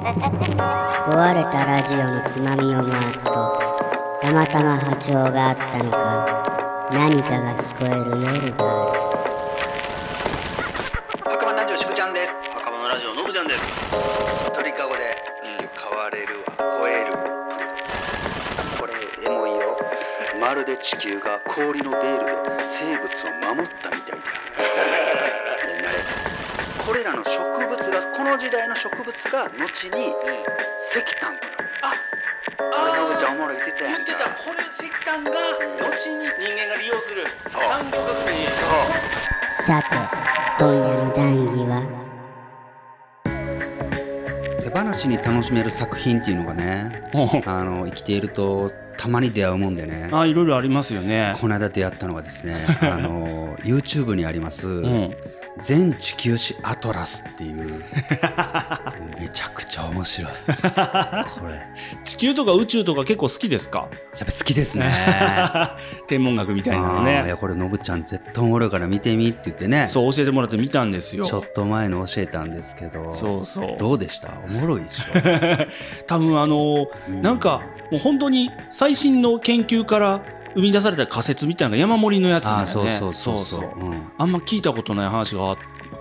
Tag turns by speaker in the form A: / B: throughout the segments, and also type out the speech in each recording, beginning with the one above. A: 壊れたラジオのつまみを回すとたまたま波長があったのか何かが聞こえる夜がある
B: 赤羽ラジオしぶちゃんです赤羽ラジオのぶちゃんです鳥かごで、うん、変われるわ超えるこれエモい よまるで地球が氷のベールで生物を守ったみたい だねなれこれらの植物がこの時代の植物が後に石炭となる
C: あ、
B: 俺のぶちゃん
C: あ
B: おもろい言ってた
C: ー
B: や
C: 言
B: ん
C: って
B: か
C: たこれ石炭が後に人間が利用する
B: そう
C: 産業革命に
A: さて今夜の談義は
D: 手放しに楽しめる作品っていうのがねあの生きているとたまに出会うもんでね
E: あいろいろありますよね。
D: この間出会ったのがですねあの YouTube にあります、
E: ん
D: 全地球史アトラス」っていう めちゃくちゃ面白いこれや
E: 地球とか宇宙とか結構好きですか
D: っぱ好き ですね
E: 天文学みたいなの
D: あーい
E: ね。
D: やこれのぶちゃん絶対おもろいから見てみって言ってね
E: そう教えてもらって見たんですよ
D: ち。ょっと前の教えたんですけど
E: そうそう
D: どうでしたおもろいでしょ
E: 多分あのーなんかもう本当に最新の研究から生み出された仮説みたいなのが山盛りのやつだよ
D: あー
E: ね。
D: そうそうそうそううん
E: あんま聞いたことない話が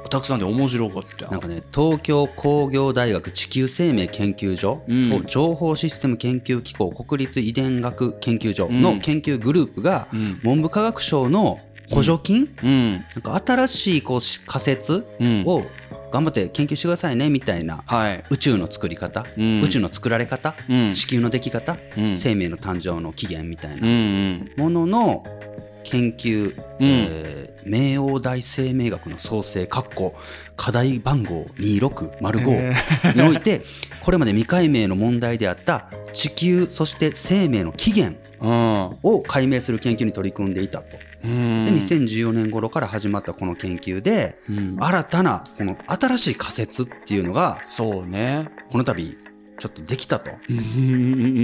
E: たくさんで面白かった。
D: なんかね、東京工業大学地球生命研究所、
E: うん
D: 情報システム研究機構国立遺伝学研究所の研究グループが、文部科学省の補助金、
E: うん。
D: なんか新しいこうし仮説
E: うん
D: を頑張って研究してくださいねみたいな、
E: はい。
D: 宇宙の作り方、
E: うん
D: 宇宙の作られ方、
E: うん
D: 地球の出来方、
E: うん
D: 生命の誕生の起源みたい
E: うん
D: な
E: う。
D: んものの研究、
E: うん
D: えー冥王大生命学の創生括弧課題番号2605において、これまで未解明の問題であった地球そして生命の起源
E: うん。
D: を解明する研究に取り組んでいたと。
E: うん
D: で2014年頃から始まったこの研究で、新たなこの新しい仮説っていうのが
E: そ うね。
D: この度ちょっとできたと。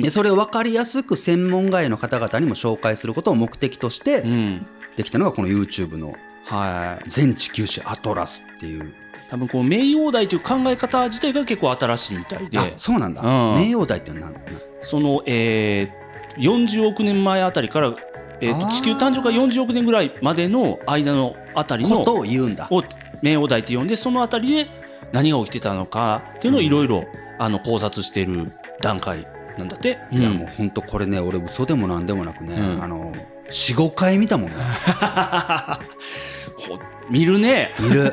D: でそれを分かりやすく専門外の方々にも紹介することを目的として、
E: うん。
D: できたのがこの YouTube の
E: はい。
D: 全地球史アトラスっていう、
E: 多分こう名誉代という考え方自体が結構新しいみたいで
D: あそうなんだ、
E: うん
D: 名誉大ってなんだ
E: その、えー、40億年前あたりから、えー、
D: あ
E: と
D: ー
E: 地球誕生から40億年ぐらいまでの間のあたりの
D: ことを言うんだ
E: を名誉代と呼んでそのあたりで何が起きてたのかっていうのをいろいろあの考察している段階なんだって。
D: いや
E: うん
D: もうほんとこれね俺嘘でもなんでもなくね、
E: うん
D: あの45回見たもんね
E: ほ見るね
D: 見 る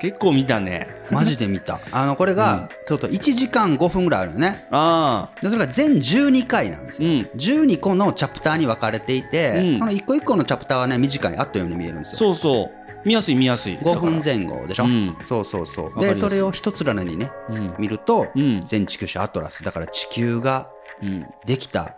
E: 結構見たね。
D: マジで見たあのこれが、ちょっと1時間5分ぐらいあるのね
E: あ
D: でそれが全12回なんです
E: ーう
D: よ、
E: ん
D: 12個のチャプターに分かれていて、
E: うん
D: この一個一個のチャプターはね短いあっという間に見えるんですよ
E: そうそう見やすい見やすい
D: 5分前後でしょ、
E: うん
D: そうそうそう
E: かり
D: で
E: や
D: す
E: い
D: それを一つらにね
E: だからうん
D: 見ると、
E: うん
D: 全地球史アトラスだから地球が
E: うん
D: できた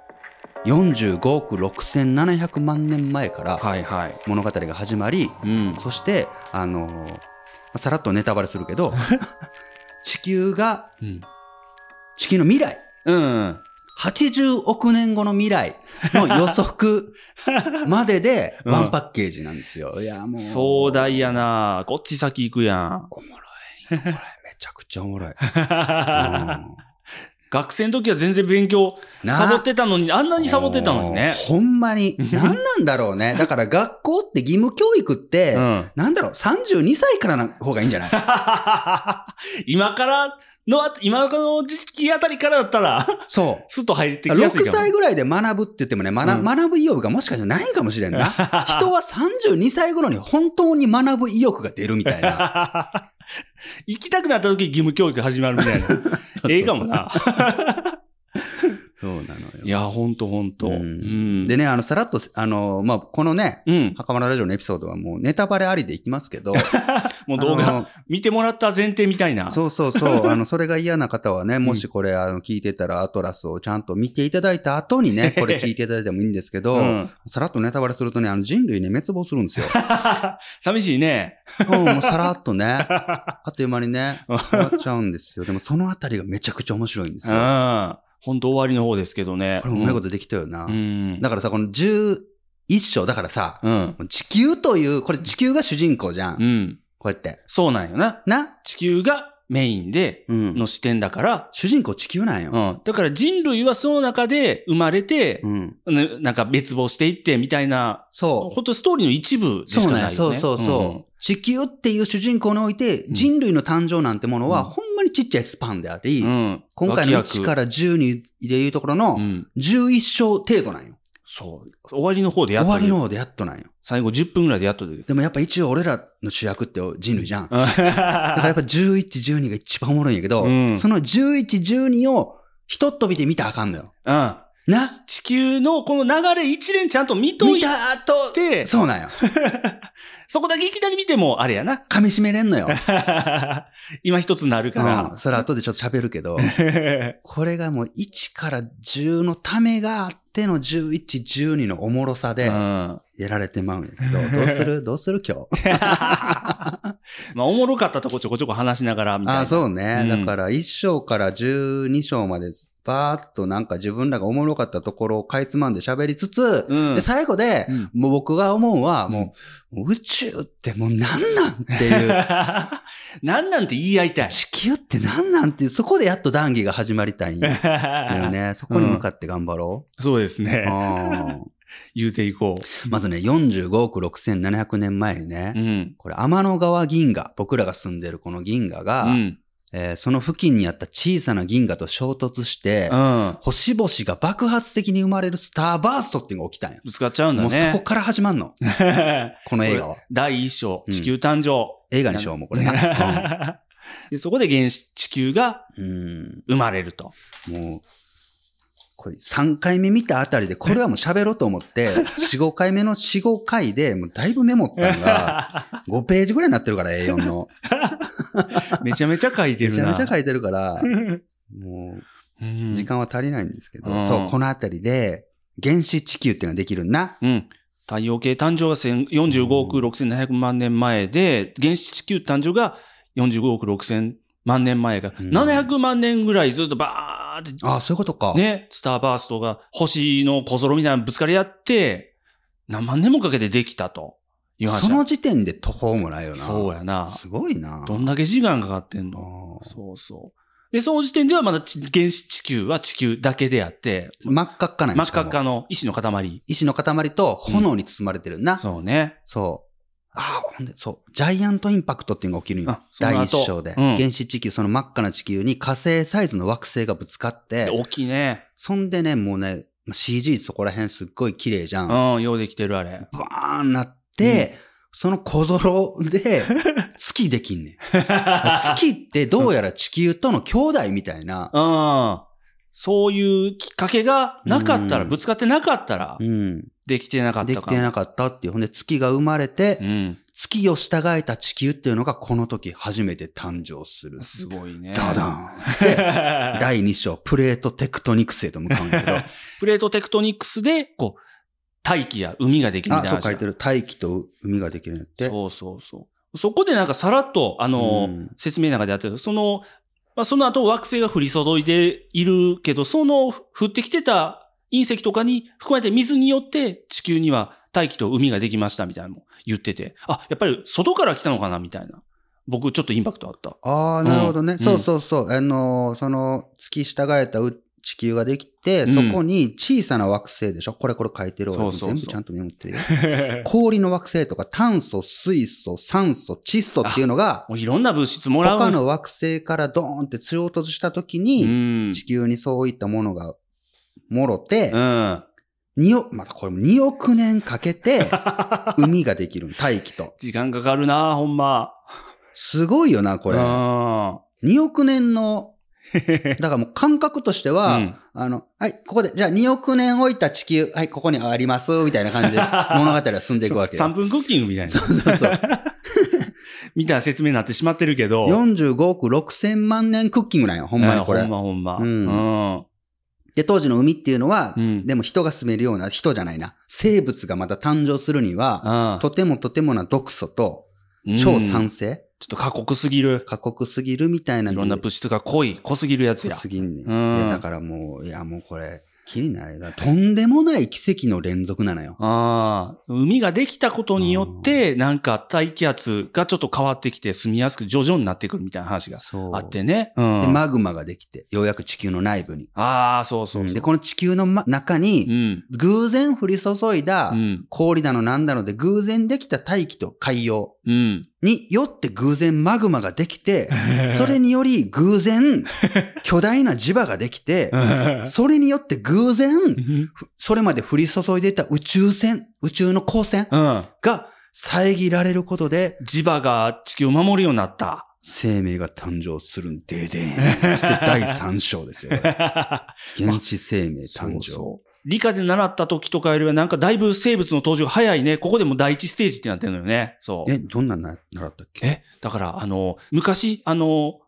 D: 45億6700万年前から
E: はいはい
D: 物語が始まり、
E: うん
D: そしてあのーさらっとネタバレするけ ど地球が
E: うん
D: 地球の未来
E: うん
D: 80億年後の未来の予 測までで
E: うん
D: ワンパッケージなんですよ。いやもう
E: 壮大やなこっち先行くやん。
D: おもろい。これめちゃくちゃおもろい。 うん
E: 学生の時は全然勉強、
D: な
E: サボってたのに、あんなにサボってたのにね。
D: ほんまに。何なんだろうね。だから学校って義務教育って、
E: うん
D: なんだろう、32歳からの方がいいんじゃない
E: 今からの、今の時期あたりからだったら、
D: そう。
E: スッと入ってき
D: 6
E: やすいかも。
D: 歳ぐらいで学ぶって言ってもね、学,、
E: うん
D: ぶ意欲がもしかしたらないんかもしれん な。人は32歳頃に本当に学ぶ意欲が出るみたいな。
E: 行きたくなった時義務教育始まるみたいな。 ええかもな。
D: そうなの
E: いや、ほんとほんと。
D: う
E: うんん。
D: でね、あの、さらっと、あの、まあ、このね、
E: うん。
D: 袴田ラジオのエピソードはもうネタバレありでいきますけ ど、
E: もう動
D: あ
E: 画
D: の、
E: 見てもらった前提みたいな。
D: そうそうそう。あの、それが嫌な方はね、もしこれ、あの、聞いてたら、アトラスをちゃんと見ていただいた後にね、これ聞いていただいてもいいんですけど、
E: うん
D: さらっとネタバレするとね、あの、人類ね、滅亡するんですよ。
E: 寂しいね。
D: うん、もうさらっとね、 あっという間にね、終わっちゃうんですよ。でも、そのあたりがめちゃくちゃ面白いんです
E: う
D: よ。
E: ん。ほんと終わりの方ですけどね。
D: これ、うまいことできたよな
E: う。ん。
D: だからさ、この11章、だからさ、
E: うん。
D: 地球という、これ地球が主人公じゃん。
E: うん。
D: こうやって。
E: そうなんよな。
D: な
E: 地球がメインで、
D: うん
E: の視点だから、
D: 主人公地球なんよ。
E: うん。だから人類はその中で生まれて、
D: うん
E: ねなんか滅亡していってみたいな、
D: そう。
E: 本当ストーリーの一部で
D: そ
E: し
D: う
E: か
D: ね
E: ない
D: そ
E: よ
D: う
E: ね。
D: そうそう。地球っていう主人公において、人類の誕生なんてものは、
E: うん
D: ほんまにちっちゃいスパンであり、
E: うん。うん。
D: 今回の
E: 脇
D: 1
E: 役
D: から12でいうところの
E: うん。
D: 11章程度なんよ。
E: そう。終わりの方でやっ
D: 終
E: と
D: わり
E: 出
D: の
E: る。
D: 方でやっとなんよ。
E: 最後10分ぐらいでやっと出る。
D: でもやっぱ一応俺らの主役って人類じゃん。だからやっぱ11、12が一番おもろいんやけど、
E: うん
D: その11、12をひとっ飛びで見たらあかんのよ。
E: うん。
D: な
E: 地球のこの流れ一連ちゃんと見と
D: 見
E: い
D: た後、
E: て、
D: そうなんよ。
E: そこだけいきなり見てもあれやな。
D: 噛み締めれんのよ。
E: 今一つになる
D: う
E: か
D: ん、それ後でちょっと喋る けど、
E: ら。
D: これがもう1から10のためがあっての11、12のおもろさで
E: う、ん。
D: やられてまうんやけど、どうす るどうする今日。
E: まあ、おもろかったとこちょこちょこ話しながらみたいな。
D: あそうね。
E: う
D: だ
E: ん
D: から、1章から12章まで、バーっとなんか自分らがおもろかったところをかいつまんで喋りつつ、
E: うん
D: で最後で、もう僕が思うのは、もう、宇宙ってもうなんなんって いう、
E: なんなんて言い合いたい。
D: 地 球ってなんなんっていう、そこでやっと談義が始まりたいんだよ ね。そこに向かって頑張ろ
E: そうです
D: う。
E: ね。
D: うん
E: 言うていこ
D: まずね、45億6700年前にね、
E: う。うん。
D: これ天の川銀河、僕らが住んでるこの銀河
E: う
D: が、
E: ん。
D: えーその付近にあった小さな銀河と衝突して、
E: うん。
D: 星々が爆発的に生まれるスターバーストっていうのが起きたんや。
E: ぶつかっちゃうんだ
D: もうそ
E: ね。
D: こから始まんの。この映画は。
E: 第一章、
D: うん
E: 地球誕生。
D: 映画にしようもうこれな。
E: でそこで原始地球が
D: うん。
E: 生まれると。
D: うんもう、これ3回目見たあたりで、これはもう喋ろうと思って、4、5回 目の4、5回で、もうだいぶメモったの が、5ページぐらいになってるから、A4 の。
E: めちゃめちゃ 書いて
D: め
E: る
D: ちゃ
E: な。
D: めちゃ書いてる から、もう、
E: うん
D: 時間は足りないんですけど、
E: うん
D: そう、このあたりで、原始地球っていうのができるんな。
E: うん。太陽系誕生が1000 45億6700万年前で、原始地球誕生が45億6000万年前が、
D: うん
E: 700万年ぐらいずっとバーって、
D: ああ、そういうことか。
E: ね、スターバーストが星の小揃みたいなのぶつかり合って、何万年もかけてできたという話
D: その時点で途方もないよな。
E: そうやな。
D: すごいな。
E: どんだけ時間かかってん
D: あ
E: の
D: ー
E: そうそう。で、その時点ではまだち原始地球は地球だけであって、
D: 真っ赤っかなん
E: 真
D: や
E: っ赤
D: しか
E: っ。
D: も
E: かの石の塊。
D: 石の塊と炎に包まれてるな。そう。
E: そうね。
D: ああ、ほんで、そう。ジャイアントインパクトっていうのが起きるんよ
E: あ。その後
D: 第一章で、
E: うん
D: 原始地球、その真っ赤な地球に火星サイズの惑星がぶつかって、
E: 大きいね。
D: そんでね、もうね、まあ CG そこら辺すっごい綺麗じゃん。バ
E: うん、ようできてるあれ。
D: ーンなって、その小揃で、 月できんねん。月ってどうやら地球との兄弟みたいな。
E: うん。そういうきっかけがなかったら、
D: うん
E: ぶつかってなかったら
D: う、ん。
E: できてなかっ
D: で
E: た
D: き
E: か
D: て
E: ら。
D: なかったっていう。ほんで月が生まれて、
E: うん。
D: 月を従えた地球っていうのがこの時初めて誕生する。
E: すごいね。
D: ダダーンつって、第2章、プレートテクトニクスへと向かうんだ けど、
E: プレートテクトニクスで、こう、大気や海ができるみ
D: あ、
E: たい
D: そ
E: な
D: う書いてる。大気と海ができるんやって。
E: そうそうそう。そこでなんかさらっと、あの、
D: うん
E: 説明の中であったけど、その、まあ、その後惑星が降り注いでいるけど、その降ってきてた隕石とかに含まれて水によって地球には大気と海ができましたみたいなのも言ってて、あ、やっぱり外から来たのかなみたいな。僕ちょっとインパクトあった。
D: ああ、なるほどね。
E: うん
D: そうそうそう。あのーその月従えたう地球ができて、
E: うん
D: そこに小さな惑星でしょこれこれ書いてる。俺
E: そうそうそう
D: 全部ちゃんとメモってるよ。 氷の惑星とか炭素、水素、酸素、窒素っていうの が、
E: もういろんな物質もらう。
D: 他の惑星からドーンって衝突した時に、
E: うん。
D: 地球にそういったものが、もろて
E: う、ん。
D: 2億、またこれも2億年かけ て、海ができるの大気と。
E: 時間かかるなほんま。
D: すごいよな、これ
E: う。ん。
D: 2億年 の、だからもう感覚としては、
E: うん
D: あの、はい、ここで、じゃあ2億年置いた地球、はい、ここにあります、みたいな感じ で物語は進んでいくわけよ。
E: 3分クッキングみたいな。
D: そうそう。
E: みたいな説明になってしまってるけど。
D: 45億6千万年クッキングなんよ、ほんまにこ
E: う
D: れ
E: ん。ほんまほ
D: うん
E: ま。うん。
D: で、当時の海っていうのは、
E: うん
D: でも人が住めるような、人じゃないな、生物がまた誕生するには、
E: あ
D: とてもとてもな毒素と、
E: うん
D: 超酸性、
E: ちょっと過酷すぎる。
D: 過酷すぎるみたいな。
E: いろんな物質が濃い、濃すぎるやつや。
D: すぎんねん。
E: うん
D: いやだからもう、いやもうこれ、気になるな。とんでもない奇跡の連続なのよ。
E: ああ、海ができたことによって、なんか大気圧がちょっと変わってきて住みやすく徐々になってくるみたいな話が
D: そ
E: あってね。うん。
D: で、マグマができて、ようやく地球の内部に。
E: ああ、そうそうそう。
D: で、この地球の、ま、中
E: う
D: に、
E: ん。
D: 偶然降り注いだ
E: うん。
D: 氷だのなんだので偶然できた大気と海洋
E: うん。
D: によって偶然マグマができて、 それにより偶然巨大な磁場ができて、それによって偶然、それまで降り注いでいた宇宙船、宇宙の光線
E: うん。
D: が遮られることで
E: 磁場が地球を守るようになった。
D: 生命が誕生するんでで ーん。そして第3章 ですよ。これ原始生命誕生。
E: う。理科で習った時とかよりはなんかだいぶ生物の登場が早いね。ここでも第一ステージってなってるのよね。そう。
D: え、どんなんな習ったっけ
E: え、だからあの、昔、あの、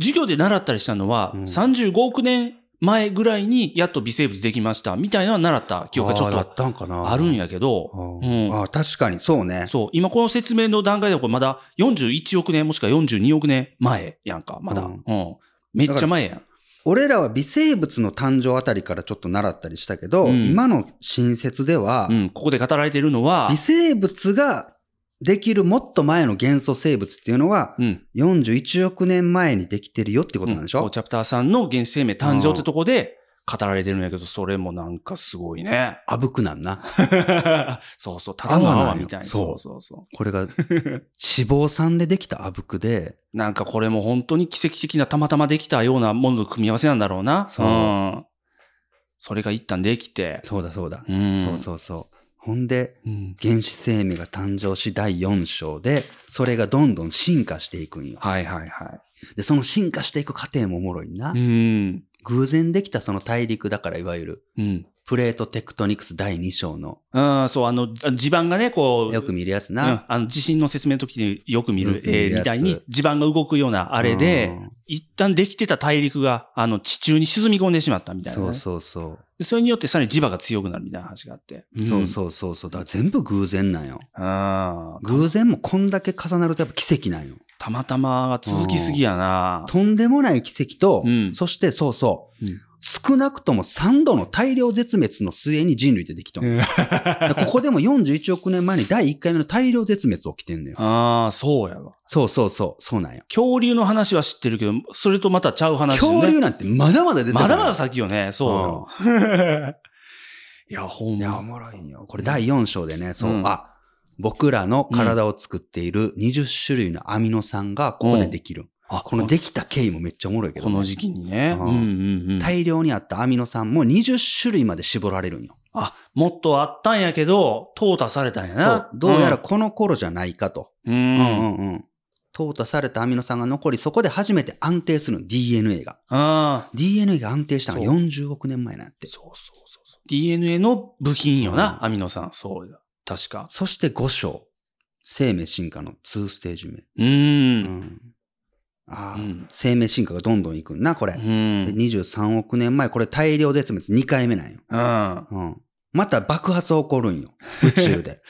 E: 授業で習ったりしたのは、
D: うん
E: 35億年前ぐらいにやっと微生物できましたみたいなのは習った記憶がちょっ
D: あーだ
E: と
D: ったんかな
E: あるんやけ
D: あ
E: ど、
D: ー、
E: うん
D: あー確かに、そうね。
E: そう、今この説明の段階ではこれまだ41億年もしくは42億年前やんか、まだ。
D: う
E: うんん。めっちゃ前やん。
D: 俺らは微生物の誕生あたりからちょっと習ったりしたけど、
E: うん
D: 今の新説では、
E: うん、ここで語られているのは
D: 微、生物ができるもっと前の元素生物っていうのは、
E: うん、
D: 41億年前にできてるよってことなんでしょ、
E: うんチャプター3の原始生命誕生ってとこで語られてるんやけど、それもなんかすごいね。
D: あぶくなん な。
E: そうそう、ただの
D: 泡なん
E: 泡
D: よ
E: みたいな。
D: そ
E: そううそうそ
D: これが、脂肪酸でできたあぶくで、
E: う。なんかこれも本当に奇跡的なたまたまできたようなものの組み合わせなんだろうな。。
D: そうん
E: それが一旦できて。
D: そうだそうだ。
E: うん。
D: そうそうそう。ほんで、
E: うん。
D: 原始生命が誕生し第4章で、それがどんどん進化していくんよ。
E: はいはいは
D: で、その進化していく過程もおもろいな。
E: い。うん。
D: 偶然できたその大陸だからいわゆる、
E: うん。
D: プレートテクトニクス第2章の、
E: うん、そう、あの、地盤がね、こう、
D: よく見るやつ
E: う
D: な。
E: ん、あの地震の説明の時によく見
D: よ
E: る
D: く見る
E: 絵
D: やつ
E: みたいに地盤が動くようなあれ
D: う
E: で
D: ん、
E: 一旦できてた大陸があの地中に沈み込んでしまったみたいなね、
D: そうそうそう。
E: でそれによってさらに磁場が強くなるみたいな話があって。
D: そうそうそうそう。だから全部偶然なんよ。
E: うん。あー
D: 偶然もこんだけ重なるとやっぱ奇跡なんよ。
E: たまたまが続きすぎやな。
D: とんでもない奇跡と、
E: うん
D: そしてそうそう、
E: うん
D: 少なくとも3度の大量絶滅の末に人類ってできたの。
E: うん
D: だからここでも41億年前に第1回目の大量絶滅起きてんのよ。
E: ああ、そうやわ。
D: そうそうそう、そうなんよ。
E: 恐竜の話は知ってるけど、それとまたちゃう話、ね。
D: 恐竜なんてまだまだ出てくる。
E: まだまだ先よね。そうよ。 いや、ほん
D: いや、おも
E: ま。
D: ろいんよ。これ第4章でね、そう、
E: うん
D: あ、僕らの体を作っている20種類のアミノ酸がここでできる。
E: あ、
D: このできた経緯もめっちゃおもろいけど、
E: この時期にね。
D: う
E: うんんうんうん。
D: 大量にあったアミノ酸も20種類まで絞られるんよ。
E: あ、もっとあったんやけど、淘汰されたんや
D: そ
E: な
D: う。。どうやら、この頃じゃないかと。
E: う。
D: うんん
E: う。
D: うんんうん。淘汰されたアミノ酸が残り、そこで初めて安定するの、DNA が。
E: ああ。
D: DNA が安定したのが
E: そう
D: 40億年前なんて。
E: そうそうそうそう。DNA の部品よな、
D: うん
E: アミノ酸。そうだ。確か。
D: そして5章。生命進化の2ステージ目。
E: うーん。
D: ああ、
E: うん
D: 生命進化がどんどんいくんな、これ。
E: うん。
D: で23億年前、これ大量絶滅2回目なんよ。
E: うん。
D: うん。また爆発起こるんよ。宇宙 で。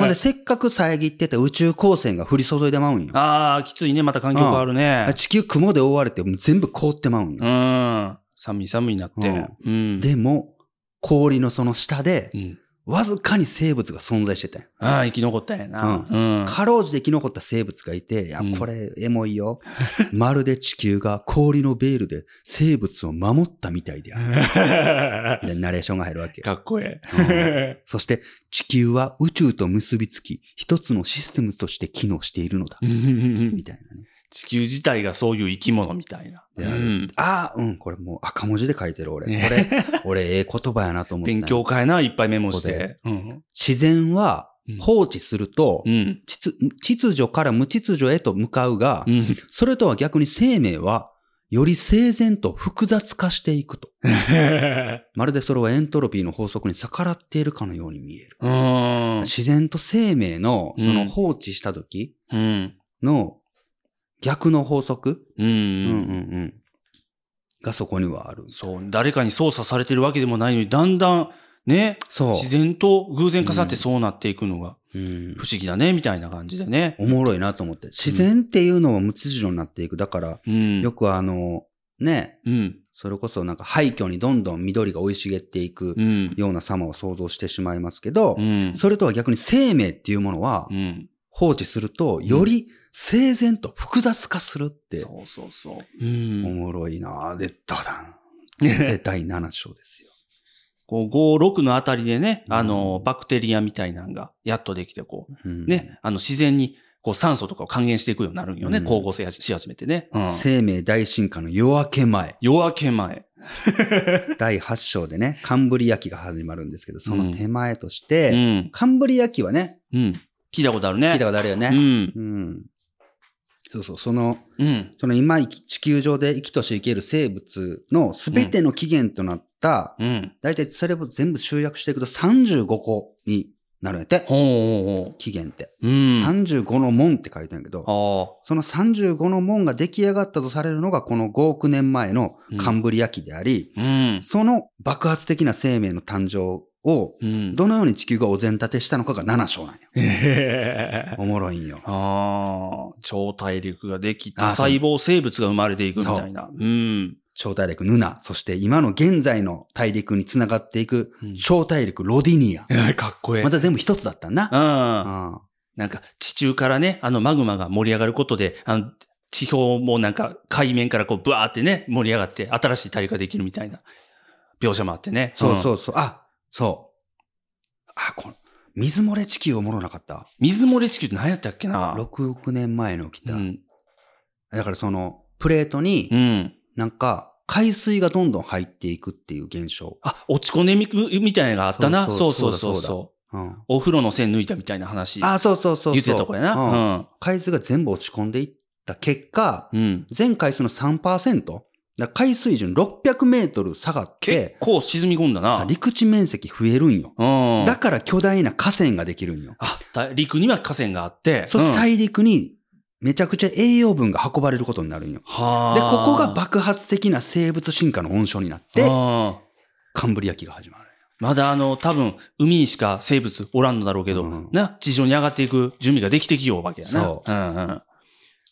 D: ほんで、せっかく遮ってた宇宙光線が降り注いでまうんよ。
E: ああ、きついね。また環境変わるね。
D: 地球雲で覆われてもう全部凍ってまうんよ。
E: うん。寒い寒いなって。
D: う
E: うん。
D: でも、氷のその下で
E: う、ん。
D: わずかに生物が存在してたんよ
E: ああ、生き残ったんやな。
D: う
E: うん。
D: かろうじて生き残った生物がいて、いや
E: うん、
D: これ、エモいよ。 まるで地球が氷のベールで生物を守ったみたいである。でナレーションが入るわけよ。
E: かっこえ
D: うんそして、地球は宇宙と結びつき、一つのシステムとして機能しているのだ。
E: え。
D: みたいなね。
E: 地球自体がそういう生き物みたいな。
D: で
E: う
D: ある
E: ん。
D: ああ、うん、これもう赤文字で書いてる俺。これ、俺、ええ言葉やなと思って。
E: 勉強会な、いっぱいメモして。うん。
D: 自然は
E: うん
D: 放置すると、
E: うん。
D: 秩秩序から無秩序へと向かうが、
E: うん。
D: それとは逆に生命は、より整然と複雑化していくと。まるでそれはエントロピーの法則に逆らっているかのように見える。
E: うん。
D: 自然と生命の、そ
E: うん
D: の放置した時
E: うん。
D: の逆の法則、
E: うん。う
D: うんうん
E: ん。
D: うん、がそこにはある。
E: そう。誰かに操作されてるわけでもないのに、だんだん、ね、
D: そう。
E: 自然と偶然重なってそうなっていくのが
D: うん
E: 不思議だね、みたいな感じでね。
D: おもろいなと思って。自然っていうのは無秩序になっていく。だから、
E: うん。
D: よくあの、ね、
E: うん。
D: それこそなんか廃墟にどんどん緑が生い茂っていく
E: うん。
D: ような様を想像してしまいますけど
E: う、ん。
D: それとは逆に生命っていうものは
E: うん。
D: 放置すると、より整然と複雑化するって、
E: そうそうそう。うん
D: お。もろいなぁで、ダダン。第7章ですよ。
E: こう、5、6のあたりでね、
D: うん
E: あの、バクテリアみたいなんが、やっとできて、こ
D: うん
E: う、ね、あの、自然に、こう、酸素とかを還元していくようになるんよね、
D: うん
E: 光合成やし始めてね。うん。
D: 生命大進化の夜明け 前、
E: 夜明け前。
D: 第8章でね、カンブリア紀が始まるんですけど、その手前とし
E: う
D: て、
E: ん。
D: カンブリア紀はね、
E: うん。聞いたことあるね。
D: 聞いたことあるよ
E: う
D: ね。
E: ん。
D: うん。そうそう、その、
E: うん。
D: その今生き地球上で生きとし生ける生物の全ての起源となった、
E: うん。
D: 大体それを全部集約していくと35個になるんやって。
E: ほうほうほ
D: 起源って。
E: う。うん。
D: 35の門って書いてあるんやけど、
E: ああ。
D: その35の門が出来上がったとされるのがこの5億年前のカンブリア紀であり、
E: うん。
D: その爆発的な生命の誕生を
E: うん。
D: どのように地球がお膳立てしたのかが7章なんよ。
E: へへ
D: おもろいんよ。
E: ああ、超大陸ができた
D: あそう
E: 細胞生物が生まれていくみたいな。うん。
D: 超大陸ヌナ、そして今の現在の大陸につながっていく
E: うん
D: 超大陸ロディニア。
E: えーかっこええ。
D: また全部一つだったんな。
E: うん。
D: あ
E: なんか地中からね、あのマグマが盛り上がることで、あの地表もなんか海面からこうブワーってね、盛り上がって新しい大陸ができるみたいな描写もあってね。
D: そう
E: うん。
D: そうそう。あ、そう。あ、この、水漏れ地球おもろなかった。
E: 水漏れ地球って何やったっけな
D: 6億年前の起き
E: う
D: た。
E: ん。
D: だからその、プレートに
E: う、ん。
D: なんか、海水がどんどん入っていくっていう現象。
E: あ、落ち込んでみみたいなのがあったな。そ
D: そううそうう
E: そそう
D: そうだ
E: そ
D: うん
E: う。お風呂の線抜いたみたいな話。
D: あ、そうそうそうそう。
E: 言ってたとこや
D: うん
E: な。
D: 海水が全部落ち込んでいった結果、
E: うん。うん。
D: 全海水の3%、だから海水準600メートル下がっ
E: 結
D: て、
E: 構沈み込んだな。
D: 陸地面積増えるんよ。
E: うん。
D: だから巨大な河川ができるんよ。
E: あ、大陸には河川があって。
D: そして
E: うん
D: 大陸にめちゃくちゃ栄養分が運ばれることになるんよ。
E: はあ。
D: で、ここが爆発的な生物進化の温床になって、
E: うん
D: カンブリア紀が始まる。
E: まだあの、多分、海にしか生物おらんのだろうけど、
D: うん
E: な、地上に上がっていく準備ができてきようわけやな。。
D: そう
E: んうん。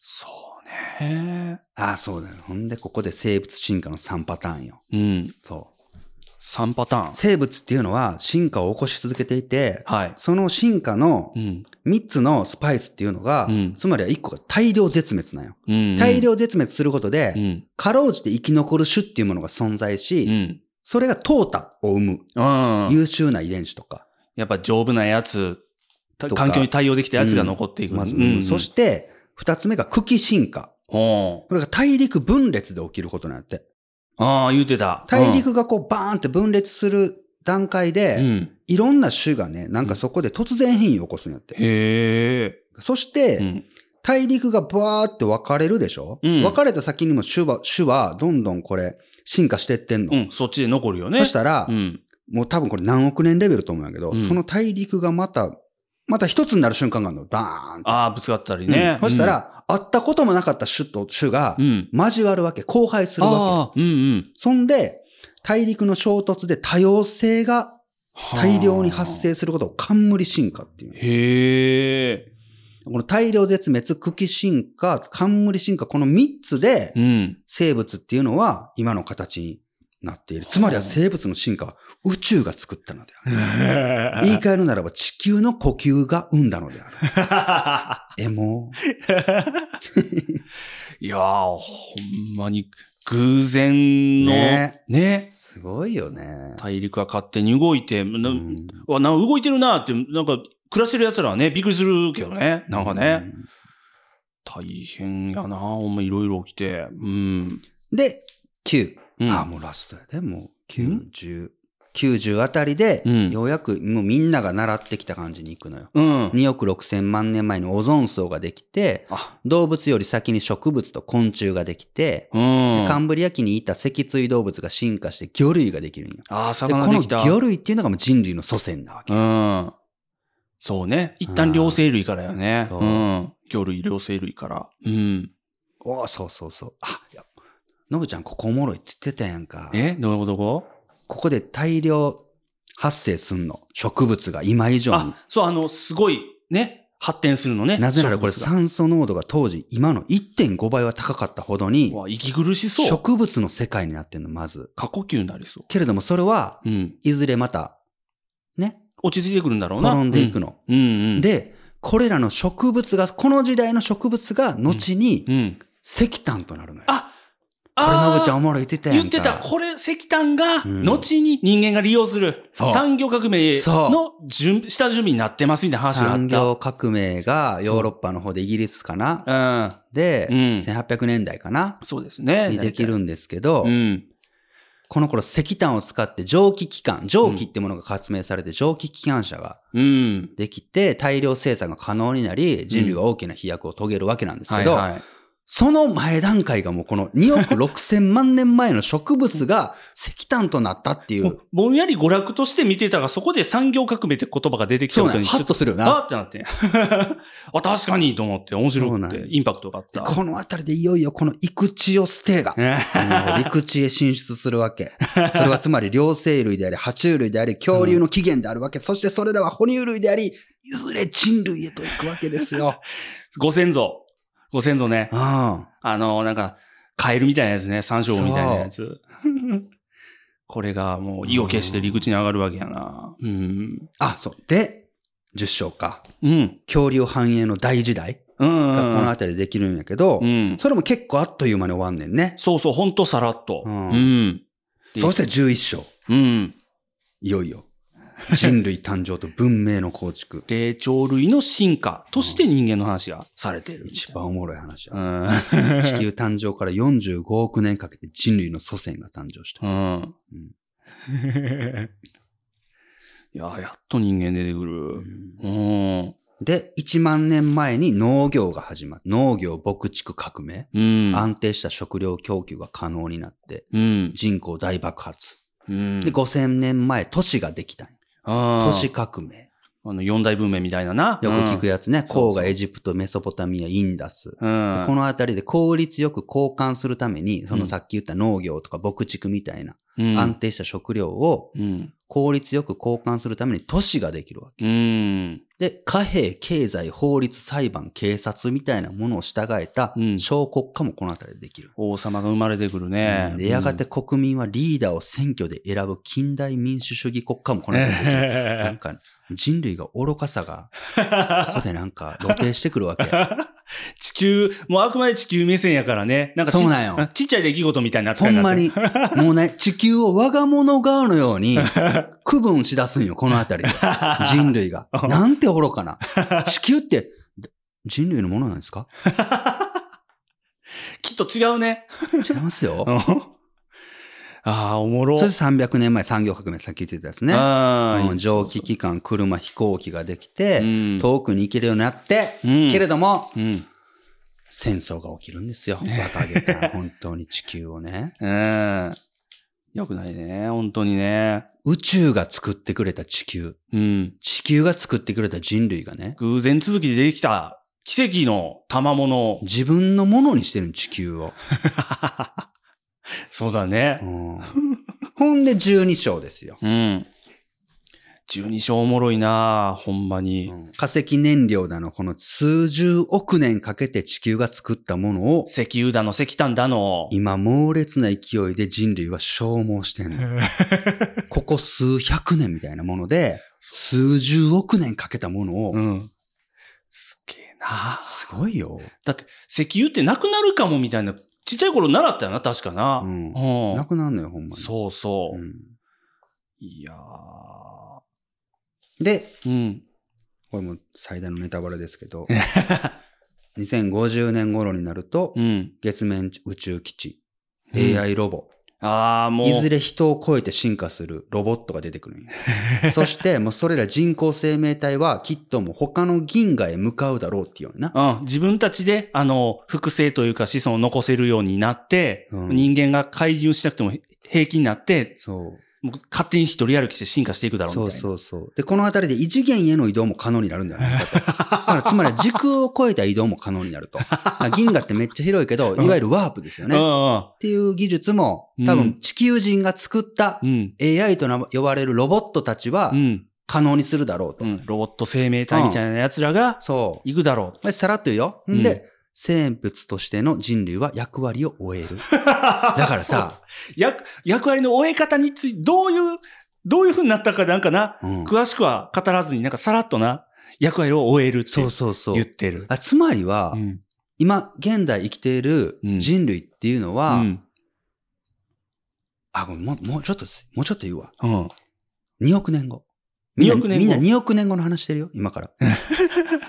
E: そうね。
D: ああ、そうだよ。ほんで、ここで生物進化の3パターンよ。
E: うん。
D: そう。
E: 3パターン。
D: 生物っていうのは進化を起こし続けていて、
E: はい。
D: その進化の
E: うん。
D: 3つのスパイスっていうのが、
E: うん
D: つまりは1個が大量絶滅なんよ。
E: うん。
D: 大量絶滅することで、
E: うん。
D: かろうじて生き残る種っていうものが存在し、
E: うん。
D: それが淘汰を生む
E: うん。
D: 優秀な遺伝子とか、
E: やっぱ丈夫なやつ、た
D: とか
E: 環境に対応できたやつが残っていく。
D: まず
E: うんうん
D: そして2つ目が茎進化。
E: ほう
D: これが大陸分裂で起きることなんやって。
E: ああ、言うてた。
D: 大陸がこうバーンって分裂する段階で、
E: うん。うん。
D: いろんな種がね、なんかそこで突然変異を起こすんやって。
E: へえ。
D: そして、
E: うん。
D: 大陸がバーって分かれるでしょ、
E: うん
D: 分かれた先にも種は、種はどんどんこれ進化してってんの。
E: うん、そっちで残るよね。
D: そしたら、
E: うん。
D: もう多分これ何億年レベルと思うんやけど、
E: うん
D: その大陸がまた、また一つになる瞬間があるの。バーンと
E: ああ、ぶつかったりね。
D: うんそしたら、会ったこともなかった種と種が
E: うん、うん。
D: 交わるわけ、交配するわ
E: ああ、うんうん
D: け。。そんで、大陸の衝突で多様性が大量に発生することを冠進化っていう。
E: へえ。
D: この大量絶滅、茎進化、冠進化、この3つで
E: うん。
D: 生物っていうのは今の形になっている。つまりは生物の進化は宇宙が作ったのである。言い換えるならば地球の呼吸が生んだのである。 え、もう。
E: いやー、ほんまに偶然の、ね
D: ね。すごいよね。
E: 大陸が勝手に動いて、な
D: うん
E: わな動いてるなーって、なんか、暮らしてる奴らはね、びっくりするけどね。なんかね、。大変やなほんまいろいろ起きて。う
D: う
E: ん。
D: んで、9。
E: うん
D: あ、もうラストやで、もう。
E: う
D: 90。90あたりで
E: うん、
D: ようやくもうみんなが習ってきた感じに行くのよ。
E: うん。
D: 2億6千万年前にオゾン層ができて、
E: あ、
D: 動物より先に植物と昆虫ができて、
E: うん。
D: カ
E: あ
D: ンブリア紀にいた脊椎動物が進化して魚類ができるんよ。
E: あー、
D: で、こ
E: 魚で
D: の
E: きた。
D: 魚類っていうのがもう人類の祖先なわけ。
E: うん。そうね。一旦両生類からよね。
D: そう
E: うん。魚類、両生類から。うん。
D: おおそうそうそう。あ、いや、のぶちゃんここおもろいって言ってたやんか。
E: えどういうことこ
D: ここで大量発生すんの。植物が今以上に
E: あ。、そう、あの、すごい、ね。発展するのね。
D: なぜならこれ
E: 植物が
D: 酸素濃度が当時今の1.5倍は高かったほどに
E: うわ、息苦しそう。
D: 植物の世界になってんの、まず。
E: 過呼吸になりそ
D: けれどもそれは
E: う。うん。
D: いずれまた、ね、
E: 落ち着いてくるんだろうな。
D: 滅んでいくの。
E: うん。うんうん。、
D: で、これらの植物が、この時代の植物が後に
E: うん。
D: 石炭となるのよ。
E: あ
D: これ
E: あ
D: ノブちゃん
E: あ
D: おもろい言ってたやん
E: 言
D: か。
E: ってた、これ石炭が、
D: うん
E: 後に人間が利用する、
D: そう
E: 産業革命
D: そう
E: の準下準備になってますみたいな話があ
D: 産
E: った。
D: 業革命がヨーロッパの方でイギリスかな
E: うん。
D: で、
E: うん
D: 1800年代かな
E: そうですね。
D: にできるんですけど、
E: うん。
D: この頃石炭を使って蒸気機関、蒸気ってものが発明されて蒸気機関車が
E: うん。
D: できて大量生産が可能になり人類は大きな飛躍を遂げるわけなんです
E: は
D: け
E: い
D: ど、
E: はい。
D: その前段階がもうこの2億6千万年前の植物が石炭となったってい
E: ぼ
D: う、
E: ぼんやり娯楽として見てたが、そこで産業革命って言葉が出てき
D: そ
E: た
D: う
E: こ
D: な
E: と
D: ん
E: に
D: やハッとするよ
E: ちょっとあ
D: な。
E: ーってなって。 あ、確かにと思って、面
D: そう
E: 白
D: な
E: く
D: んや
E: て、インパクトがあった。
D: このあたりでいよいよこの育地を捨てが、あの陸地へ進出するわ け。それはつまり両生類であり、爬虫類であり、恐竜の起源であるわけ。そしてそれらは哺乳類であり、いずれ人類へと行くわけですよ。
E: ご先祖。ご先祖ね
D: う。ん。
E: あの、なんか、カエルみたいなやつね。山椒みたいなやつ。 これがもう意を決して陸地に上がるわけやな。うん。
D: あ、そう。で、10章か。
E: うん。
D: 恐竜繁栄の大時代
E: う
D: がこの
E: ん。
D: あたりでできるんやけど、
E: うん。
D: それも結構あっという間に終わんねんね。
E: そうそう、ほんとさらっと。
D: う
E: うんん。
D: そして11章。
E: うん。。
D: いよいよ。人類誕生と文明の構築
E: 霊長類の進化として人間の話がされてる。
D: 一番おもろい話や。
E: うん。
D: 地球誕生から45億年かけて人類の祖先が誕生した。
E: うん。 いや、やっと人間出てくる。うん。
D: で、1万年前に農業が始まる。農業牧畜革命。
E: うん。
D: 安定した食料供給が可能になって、
E: うん。
D: 人口大爆発。
E: うん。
D: で、5000年前、都市ができたんよ。
E: あ
D: 都
E: ー
D: 市革命。
E: あの、四大文明みたいなな。
D: よく聞くやつね。
E: そうそう
D: 黄河、エジプト、メソポタミア、インダス。
E: うん。うん。
D: このあたりで効率よく交換するために、そのさっき言った農業とか牧畜みたいな
E: うん
D: 安定した食料を
E: うん。
D: 効率よく交換するために都市ができるわけ。
E: うん。
D: で、貨幣、経済、法律、裁判、警察みたいなものを従えた
E: うん
D: 小国家もこのあたりでできる。
E: 王様が生まれてくるね。
D: で、やがて国民はリーダーを選挙で選ぶ近代民主主義国家もこ
E: う
D: の
E: ん、
D: 辺りでできる。なんか、人類が愚かさ が、ここでなんか露呈してくるわけ。
E: 地球、もうあくまで地球目線やからね。なんかち
D: そうなんよ
E: ちっちゃい出来事みたいな扱
D: ほ
E: い
D: ん
E: にな
D: ま
E: ってる。
D: に、もうね、地球を我が物顔のように、区分しだすんよ、この辺りで。人類 が。なんて愚かな。地球って、人類のものなんですか
E: きっと違うね。
D: 違いますよ。
E: うん ああ、おもろ。
D: そして300年前産業革命さっき言ってたやつね。
E: ああ
D: うん蒸気機関、車、飛行機ができて、
E: うん
D: 遠くに行けるようになって、
E: うん
D: けれども、
E: うん。
D: 戦争が起きるんですよ。馬鹿げた、本当に地球をね。
E: うん。よくないね。本当にね。
D: 宇宙が作ってくれた地球、
E: うん。
D: 地球が作ってくれた人類がね、
E: 偶然続きでできた奇跡の賜物。
D: 自分のものにしてるの地球を。
E: そうだね
D: う。んほんで12章ですよ。
E: うん。12章おもろいなほんまに。
D: 化石燃料だの、この数十億年かけて地球が作ったものを、
E: 石油だの、石炭だの。
D: 今猛烈な勢いで人類は消耗してん の。ここ数百年みたいなもので、数十億年かけたものを、
E: うん。すげえな
D: すごいよ。
E: だって、石油ってなくなるかもみたいな、ちっちゃい頃習ったよな、確かな。
D: うん
E: う
D: なくなるのよ、ほんまに。
E: そうそう。
D: うん
E: いや
D: で、
E: ーうん。
D: これも最大のネタバレですけ ど、2050年頃になると、
E: うん。
D: 月面宇宙基地、
E: うん
D: AI ロボ、
E: ああ、もう。
D: いずれ人を超えて進化するロボットが出てくるん よそして、もうそれら人工生命体はきっともう他の銀河へ向かうだろうっていうような。
E: うん、自分たちで、あの、複製というか子孫を残せるようになって、
D: うん
E: 人間が介入しなくても平気になって、
D: そう。
E: もう勝手に一人歩きして進化していくだろう
D: そう
E: みたいな。
D: そうそう。で、この辺りで異次元への移動も可能になるんじゃない かと。だからつまり時空を超えた移動も可能になると。だから銀河ってめっちゃ広いけど、いわゆるワープですよね。
E: う
D: っ
E: んうん
D: ていう技術も、多
E: う
D: 分
E: ん
D: 地球人が作った
E: うん。
D: AI とな呼ばれるロボットたちは
E: う、ん。
D: 可能にするだろうと。
E: うんロボット生命体みたいな奴らが
D: そ
E: 行くだろう。
D: う。でさらっと言うよ。
E: うん
D: んで、生物としての人類は役割を終え る。だからさ、
E: 役、役割の終え方について、どういう、どういう風になったかなんかな、
D: うん
E: 詳しくは語らずになんかさらっとな、役割を終えるって
D: そうそうそう
E: 言ってる。
D: あつまりは、
E: うん
D: 今、現代生きている人類っていうのは、
E: うん
D: あ、ごめんもう、もうちょっとです、もうちょっと言うわ。
E: うん
D: 2億年後。みんな
E: 2億年後
D: みんな2億年後の話してるよ、今 から。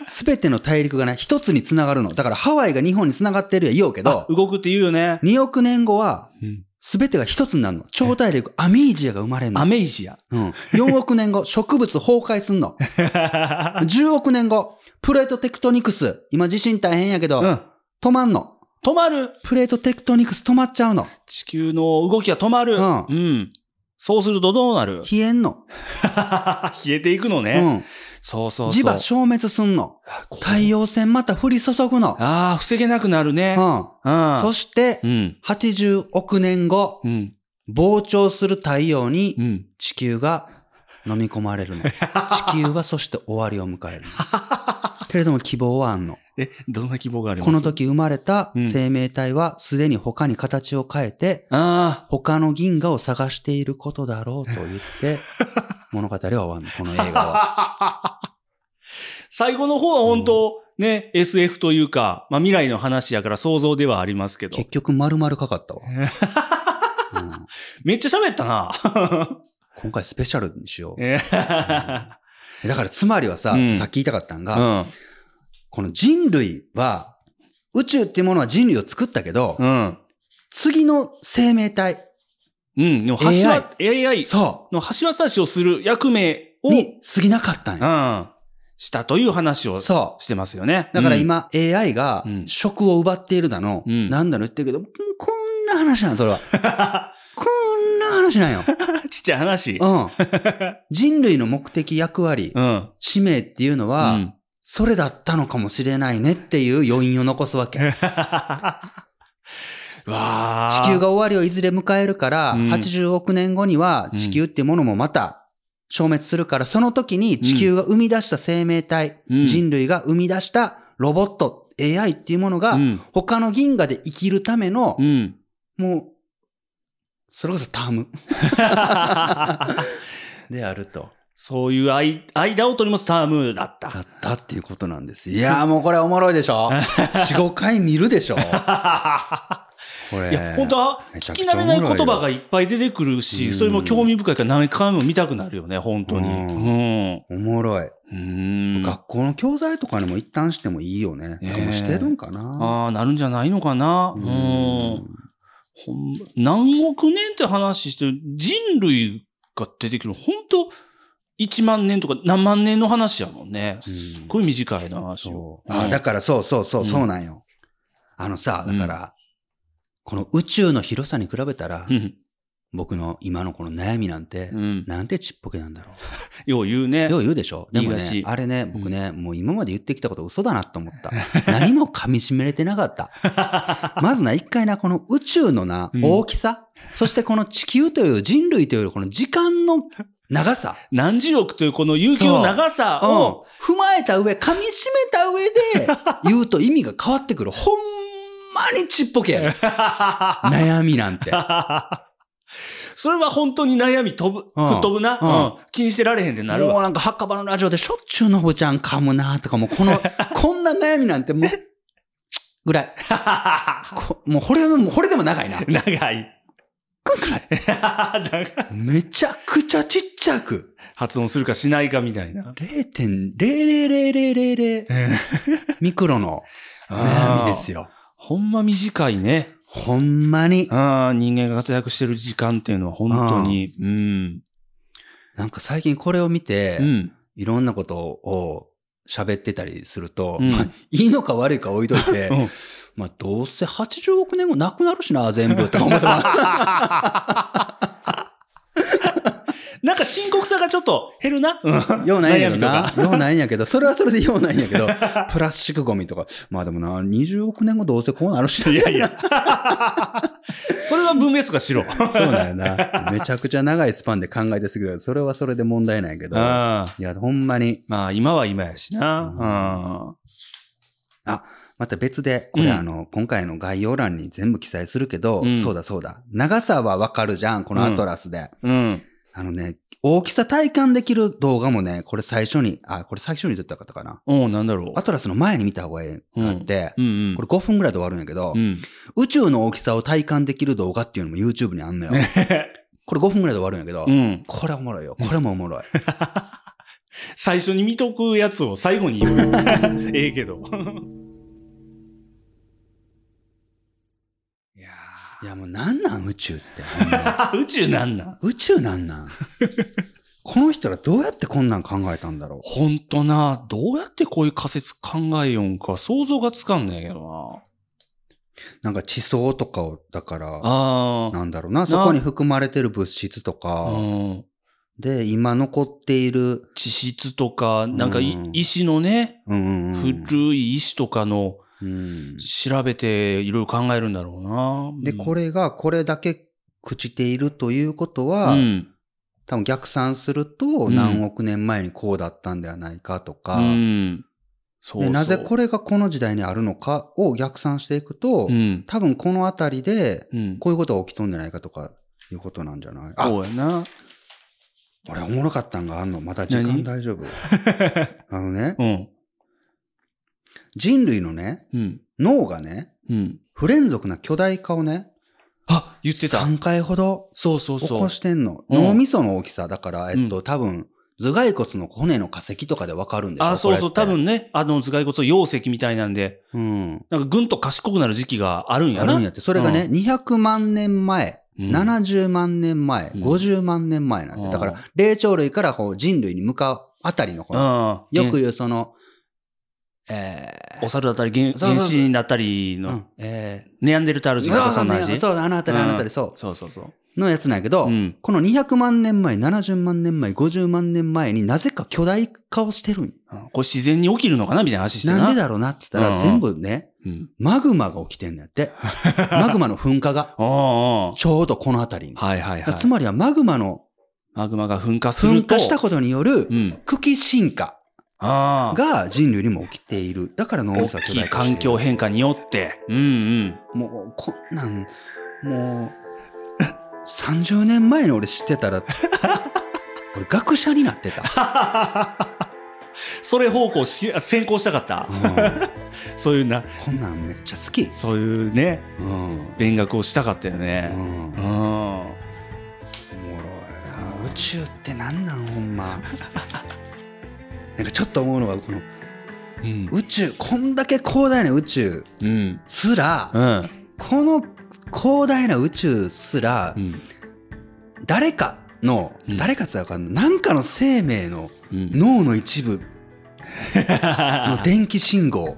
D: すべての大陸がね、一つに繋がるの。だからハワイが日本に繋がってるや言おうけ
E: あ
D: ど、
E: 動くって言うよね。
D: 2億年後は、
E: うん
D: すべてが一つになるの。超大陸、アミージアが生まれる
E: ア
D: の。
E: メイジア。
D: うん、4億年後、植物崩壊すん の。10億年後、プレートテクトニクス。今地震大変やけど、
E: うん。
D: 止まんの。
E: 止まる
D: プレートテクトニクス止まっちゃうの。
E: 地球の動きが止まる。
D: うん
E: うんそうするとどうなる
D: 冷えんの。
E: 冷えていくのね。
D: うん。
E: そうそうそう。
D: 磁場消滅すんの。太陽線また降り注ぐの。
E: ああ、防げなくなるね。
D: う
E: うん
D: ん。そして
E: う、ん。
D: 80億年後、
E: うん。
D: 膨張する太陽
E: う
D: に
E: ん。
D: 地球が飲み込ま れるの。地球はそして終わりを迎えるの。けれども希望はあんの。
E: え、どんな希望があります
D: この。時生まれた
E: うん
D: 生命体はすでに他に形を変えて、
E: あ
D: 他の銀河を探していることだろうと言 って、物語は終わんの、この映画は。
E: あ、最後の方は本当、ね、SF というか、まあ未来の話やから想像ではありますけど。
D: 結局丸々かかったわ。うん
E: めっちゃ喋ったな。
D: 今回スペシャルにしよ
E: え
D: う。だからつまりはさ、
E: うん
D: さっき言いたかったん
E: う
D: が、
E: ん。
D: この人類は、宇宙っていうものは人類を作ったけど、
E: うん。
D: 次の生命体、
E: うん。でも、橋は、AI
D: そ
E: の橋渡しをする役目
D: う、
E: を、
D: に過ぎなかったん
E: う
D: や。
E: ん。したという話を
D: そう。
E: してますよね。
D: だから
E: うん、
D: 今、AI が
E: うん
D: 食を奪っているだの、
E: うん
D: なんだの言ってるけど、こんな話なの、それは。 こんな話なんよ。
E: ちっちゃい話。
D: うん。 人類の目的、役割、
E: うん。
D: 使命っていうのは、
E: うん
D: それだったのかもしれないねっていう余韻を残すわけ。
E: うわー
D: 地球が終わりをいずれ迎えるから、
E: うん
D: 80億年後には地球っていうものもまた消滅するから、その時に地球が生み出した生命体、
E: うん
D: 人類が生み出したロボット、AI っていうものが、
E: うん
D: 他の銀河で生きるための、
E: うん。
D: もう、それこそターム であると。
E: そういう間間を取り持つタームだっ
D: だ
E: た。
D: ったっていうことなんです。いやーもうこれおもろいでし ょ ?4、5回見るでしょこれ。
E: いや、本当は
D: めち
E: 聞
D: ゃく
E: き
D: ちゃ
E: 慣れない言葉がいっぱい出てくるし、それも興味深いから何回も見たくなるよね、本当に。うん。
D: おもろい。
E: うん。
D: 学校の教材とかにも一旦してもいいよね。
E: ねえ
D: 多分してるんかな。
E: ああ、なるんじゃないのかな。うん。ほん何億年って話してる人類が出てくるの、本当1万年とか何万年の話やもんね。
D: うん
E: すっごい短いな、話を
D: そ。うあだからそうそうそう、
E: うん
D: そうなんよ。あのさ、だから、この宇宙の広さに比べたら、
E: うん。
D: 僕の今のこの悩みなんて、
E: うん。
D: なんてちっぽけなんだろ
E: よう言うね
D: う。よ。う言うでしょでも
E: 言い
D: ね
E: がち、
D: あれね、僕ね、もう今まで言ってきたこと嘘だなと思 った。何も噛み締めれてなかった。 まずな、一回な、この宇宙のな
E: う、ん
D: 大きさ、そしてこの地球という人類というこの時間の長さ。
E: 何十億というこの有給の長さを、
D: うん、踏まえた上、噛み締めた上 で言うと意味が変わってくる。ほんまにちっぽけやで 悩みなんて。
E: それは本当に悩み飛ぶ、
D: うん
E: 吹っ飛ぶな、
D: うん
E: うん気にしてられへんってなる
D: もう
E: わ。
D: なんか、墓場のラジオでしょっちゅうのぶちゃん噛むなとか、もうこ の、こんな悩みなんてもう、ぐらい。 こもうこれ、もうこれでも長いな。
E: 長い。長い
D: めちゃくちゃちっちゃく。
E: 発音するかしないかみたいな。
D: 0.00000ミクロの悩みですよ。
E: ほんま短いね。
D: ほんまに。
E: ああ、人間が活躍してる時間っていうのは本当に。うん。
D: なんか最近これを見て、
E: うん。
D: いろんなことを喋ってたりすると、
E: うん
D: まあいいのか悪いか置いといて、
E: うん
D: まあどうせ80億年後なくなるしな、全部とか思ってます。
E: なんか深刻さがちょっと減るな。うん
D: ようないんやけど
E: 悩
D: な。
E: み
D: ようないんやけど、それはそれでようないんやけど、プラスチックゴミとか、まあでもな、20億年後どうせこうなるしな。
E: いやいや。それは文明とかしろ。
D: そ うなんやな。めちゃくちゃ長いスパンで考えてすぎる。それはそれで問題なんやけど。い
E: ああ
D: や、ほんまに。
E: まあ、今は今やしな。
D: また別で、これ、
E: うん
D: あの、今回の概要欄に全部記載するけど、
E: うん
D: そうだそうだ。長さはわかるじゃん、このアトラスで。
E: うん。うん。
D: あのね、大きさ体感できる動画もね、これ最初に、あ、これ最初に撮った方かな。
E: おうなんだろう。
D: アトラスの前に見た方がええがあって、
E: うんうん。
D: これ5分ぐらいで終わるんやけど、
E: うん。
D: 宇宙の大きさを体感できる動画っていうのも YouTube にあんのよ。これ5分ぐらいで終わるんやけど、
E: うん。
D: これおもろいよ。これもおも ろい。
E: 最初に見とくやつを最後に言う。 ええけど。いや
D: いやもうなんなん宇宙って。ほんま
E: ー 宇宙なんなん
D: 宇宙なん なんこの人らどうやってこんなん考えたんだろ
E: ほんとな、どうやってこういう仮説考えよんか想像がつかんねんけど
D: う。なんか地層とかを、だから
E: な。、あ
D: なんだろうな。そこに含まれてる物質と
E: あ。
D: か、
E: うん。
D: で、今残っている、
E: 地質とか、なんかい、
D: うん
E: 石のね、
D: うんうんうん
E: 古い石とかの
D: うん
E: 調べていろいろ考えるんだろうな。
D: で、こ
E: れ
D: れがこれだけ朽ちているということは、
E: うん。
D: 多分逆算すると
E: ん
D: 何億年前にこうだったんではないかとか、
E: うん。そうそ
D: で
E: う。
D: なぜこれがこの時代にあるのかを逆算していくと、
E: うん。
D: 多分この辺りで
E: うん。
D: こういうことが起きとんじゃないかとかいうことなんじゃないあ、
E: そうやな。
D: 俺おもろかったんがあんのまた時間
E: 何
D: 大丈夫 あのね、
E: うん。
D: 人類のね、
E: うん。
D: 脳がね、
E: うん。
D: 不連続な巨大化をね、
E: あ、言ってた。
D: 3回ほど
E: そうそう
D: 起
E: そう
D: こ。してんの。
E: うん
D: 脳みその大きさ、だから、えっ
E: う
D: と、多分、頭蓋骨の骨の化石とかでわかるんでしょ
E: あ、そうそう。
D: これ
E: 多
D: って
E: 分ね、あの、頭蓋骨溶石みたいなんで、
D: うん。
E: なんかぐんと賢くなる時期があるんや
D: あ
E: な。
D: るんやって。それがね、
E: う
D: 200万年前、
E: うん
D: 70万年前、
E: ん
D: 50万年前なん
E: う
D: で。
E: ん
D: だから、霊長類からこう人類に向かうあたりの、この
E: うん。
D: よく
E: ね
D: 言うその、え
E: お猿だったり原、
D: そうそうそう
E: 原始人だったり
D: ー、う
E: の
D: ん、、えー、
E: ネアンデルタール人とかそんな
D: そう
E: 味。
D: ねそう、あのあたり、あのあたり、そう。
E: そうそうそう。
D: のやつなんやけど、
E: うん
D: この200万年前、70万年前、50万年前になぜか巨大化をしてるん
E: うんこれ自然に起きるのかなみたいな話してな。
D: なんでだろうなって言った
E: う
D: ら、
E: ん
D: 全部ね、
E: うん。
D: マグマが起きてんだ って。マグマの噴火が、
E: あ
D: ちょうどこの辺りに。
E: あ。はいはい
D: だか
E: は
D: ら
E: い
D: つ。まりはマグマの
E: マグマが噴火する
D: 噴
E: と。
D: 火したことによる
E: うん。
D: 茎進化
E: ああ。
D: が人類にも起きている。だから脳み
E: 大
D: そは巨
E: きい
D: 大化して
E: 環
D: る
E: 境変化によって。うんうん。
D: もう、こんなん、もう、30年前の俺知ってたら、俺学者になってた。
E: それ方向し、先行したかった。
D: うん
E: そういうな、
D: こんなんめっちゃ好き。
E: そういうね、
D: うん。
E: 勉学をしたかったよ
D: う
E: ね。
D: ん
E: うん。も
D: おもろいな宇宙ってなんなんほんまなんかちょっと思うのがこの
E: うん。
D: 宇宙こんだけ広大な宇宙
E: うん。
D: すら、
E: うん。
D: この広大な宇宙すら、
E: うん。
D: 誰かの、
E: うん
D: 誰かってわかんないなんかの生命の
E: うん。
D: 脳の一部の電気信号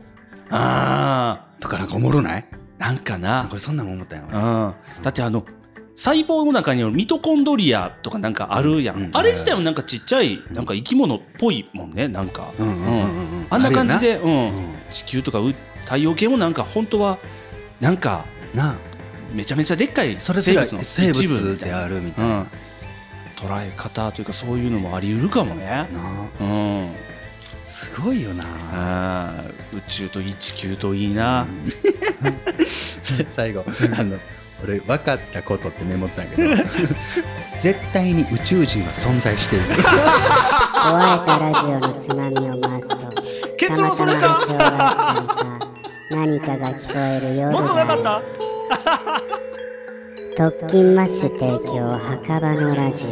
E: あ
D: とかなんかおもろない
E: あ。なんかな
D: こ。れそんなん思ったよ、
E: う
D: 俺
E: ん。だってあの、細胞の中にはミトコンドリアとかなんかあるやん。
D: うん
E: あれ自体もなんかちっちゃい、なんか生き物っぽいもんね、なんか。
D: うんうんうんうんうん
E: あんな感じで、うん。
D: うん
E: 地球とかう太陽系もなんか本当は、なんか
D: なあ
E: めちゃめちゃでっかい
D: それぞ
E: 生
D: れ
E: 物の
D: 生
E: 一部
D: 物
E: みたい
D: で
E: な。
D: あるみた
E: う
D: い
E: ん。捉え方というかそういうのもあり得るかもね。
D: な、な
E: うん。
D: あすごいよな
E: あー宇宙といい地球といいな。
D: 最後、あの、俺、分かったことってメモったんやけど、 絶対に宇宙人は存在している。
A: 壊 れたラジオのつまみを回すと
E: 結論それ
A: たま
E: か
A: たま波長があったのか何かが聞こえる夜
E: もっとなかった
A: 特勤マッシュ提供墓場のラジオ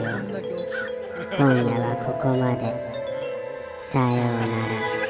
A: 今夜はここまでさようなら